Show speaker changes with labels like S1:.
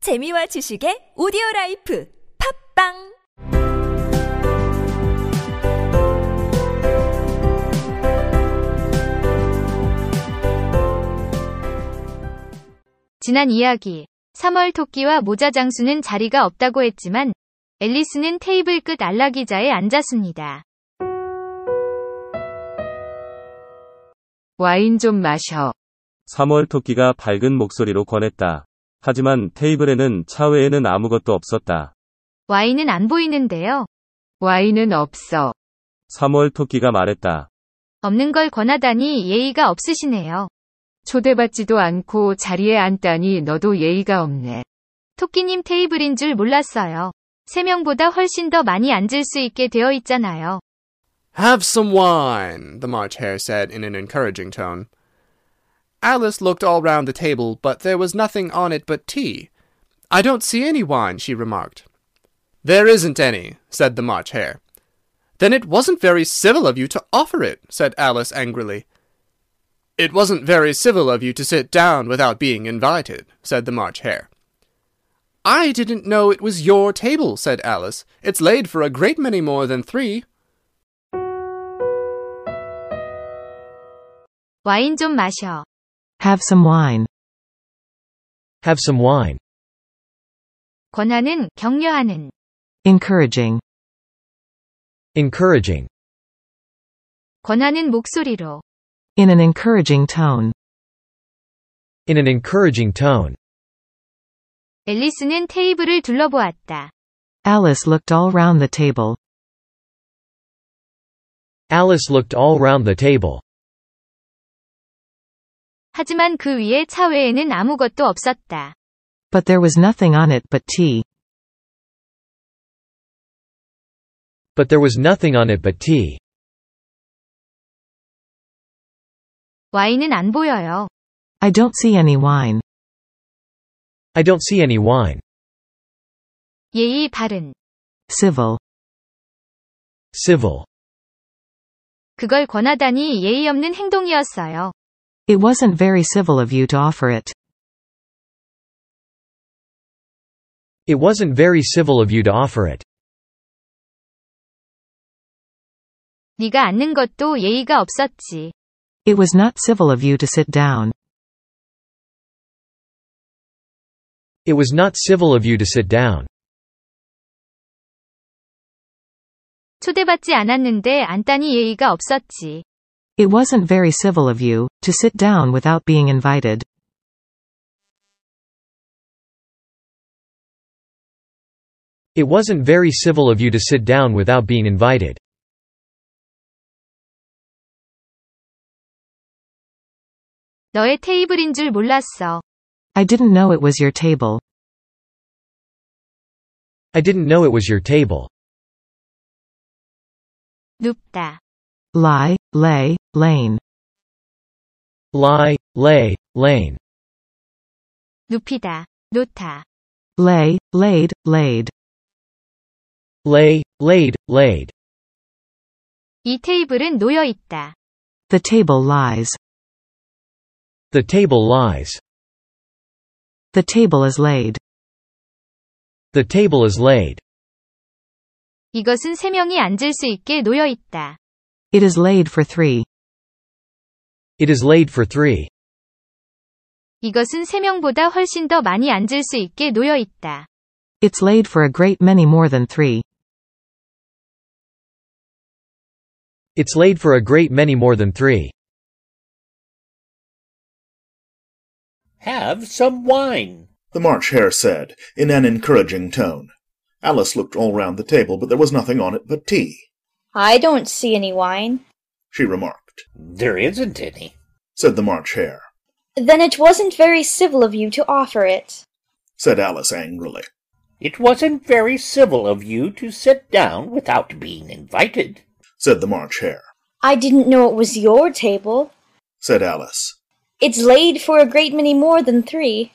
S1: 재미와 지식의 오디오 라이프 팝빵
S2: 지난 이야기. 3월 토끼와 모자 장수는 자리가 없다고 했지만 앨리스는 테이블 끝 안락의자에 앉았습니다. 와인 좀 마셔.
S3: 3월 토끼가 밝은 목소리로 권했다. 하지만 테이블에는 차 외에는 아무것도 없었다.
S2: 와인은 안 보이는데요. 와인은 없어.
S3: 3월 토끼가 말했다.
S2: 없는 걸 권하다니 예의가 없으시네요. 초대받지도 않고 자리에 앉다니 너도 예의가 없네. 토끼님 테이블인 줄 몰랐어요. 세 명보다 훨씬 더 많이 앉을 수 있게 되어 있잖아요.
S4: Have some wine, the March Hare said in an encouraging tone. Alice looked all round the table, but there was nothing on it but tea. I don't see any wine, she remarked. There isn't any, said the March Hare. Then it wasn't very civil of you to offer it, said Alice angrily. It wasn't very civil of you to sit down without being invited, said the March Hare. I didn't know it was your table, said Alice. It's laid for a great many more than three.
S2: 와인 좀 마셔.
S5: Have some wine.
S6: Have some wine.
S2: 권하는, 격려하는.
S5: Encouraging.
S6: Encouraging.
S2: 권하는 목소리로.
S5: In an encouraging tone.
S6: In an encouraging tone.
S2: 앨리스는 테이블을 둘러보았다.
S5: Alice looked all round the table.
S6: Alice looked all round the table.
S2: 하지만 그 위에 차 외에는 아무것도 없었다.
S5: But there was nothing on it but tea.
S6: But there was nothing on it but tea.
S2: 와인은 안 보여요.
S5: I don't see any wine.
S6: I don't see any wine.
S2: 예의 바른.
S5: Civil.
S6: Civil.
S2: 그걸 권하다니 예의 없는 행동이었어요.
S5: It wasn't very civil of you to offer it.
S6: It wasn't very civil of you to offer it.
S2: 네가 앉는 것도 예의가 없었지.
S5: It was not civil of you to sit down.
S6: It was not civil of you to sit down.
S2: 초대받지 않았는데 앉다니 예의가 없었지.
S5: It wasn't very civil of you to sit down without being invited.
S6: It wasn't very civil of you to sit down without being invited.
S2: 너의 테이블인 줄 몰랐어.
S5: I didn't know it was your table.
S6: I didn't know it was your table.
S2: 눕다.
S5: Lie, lay, lane.
S6: Lie, lay, lane.
S2: 눕히다. 놓다.
S5: Lay, laid, laid.
S6: Lay, laid, laid.
S2: 이 테이블은 놓여 있다.
S5: The table lies.
S6: The table lies.
S5: The table is laid.
S6: The table is laid.
S2: 이것은 세 명이 앉을 수 있게 놓여 있다.
S5: It is laid for three.
S6: It is laid for three.
S2: 이것은 세 명보다 훨씬 더 많이 앉을 수 있게 놓여 있다.
S5: It's laid for a great many more than three.
S6: It's laid for a great many more than three.
S7: Have some wine.
S8: the March Hare said, in an encouraging tone. Alice looked all round the table, but there was nothing on it but tea,
S9: I don't see any wine.
S8: she remarked.
S7: There isn't any.
S8: Said the March Hare,
S9: Then it wasn't very civil of you to offer it.
S8: said Alice angrily.
S7: It wasn't very civil of you to sit down without being invited.
S8: Said the March Hare,
S9: I didn't know it was your table.
S8: said Alice.
S9: It's laid for a great many more than three.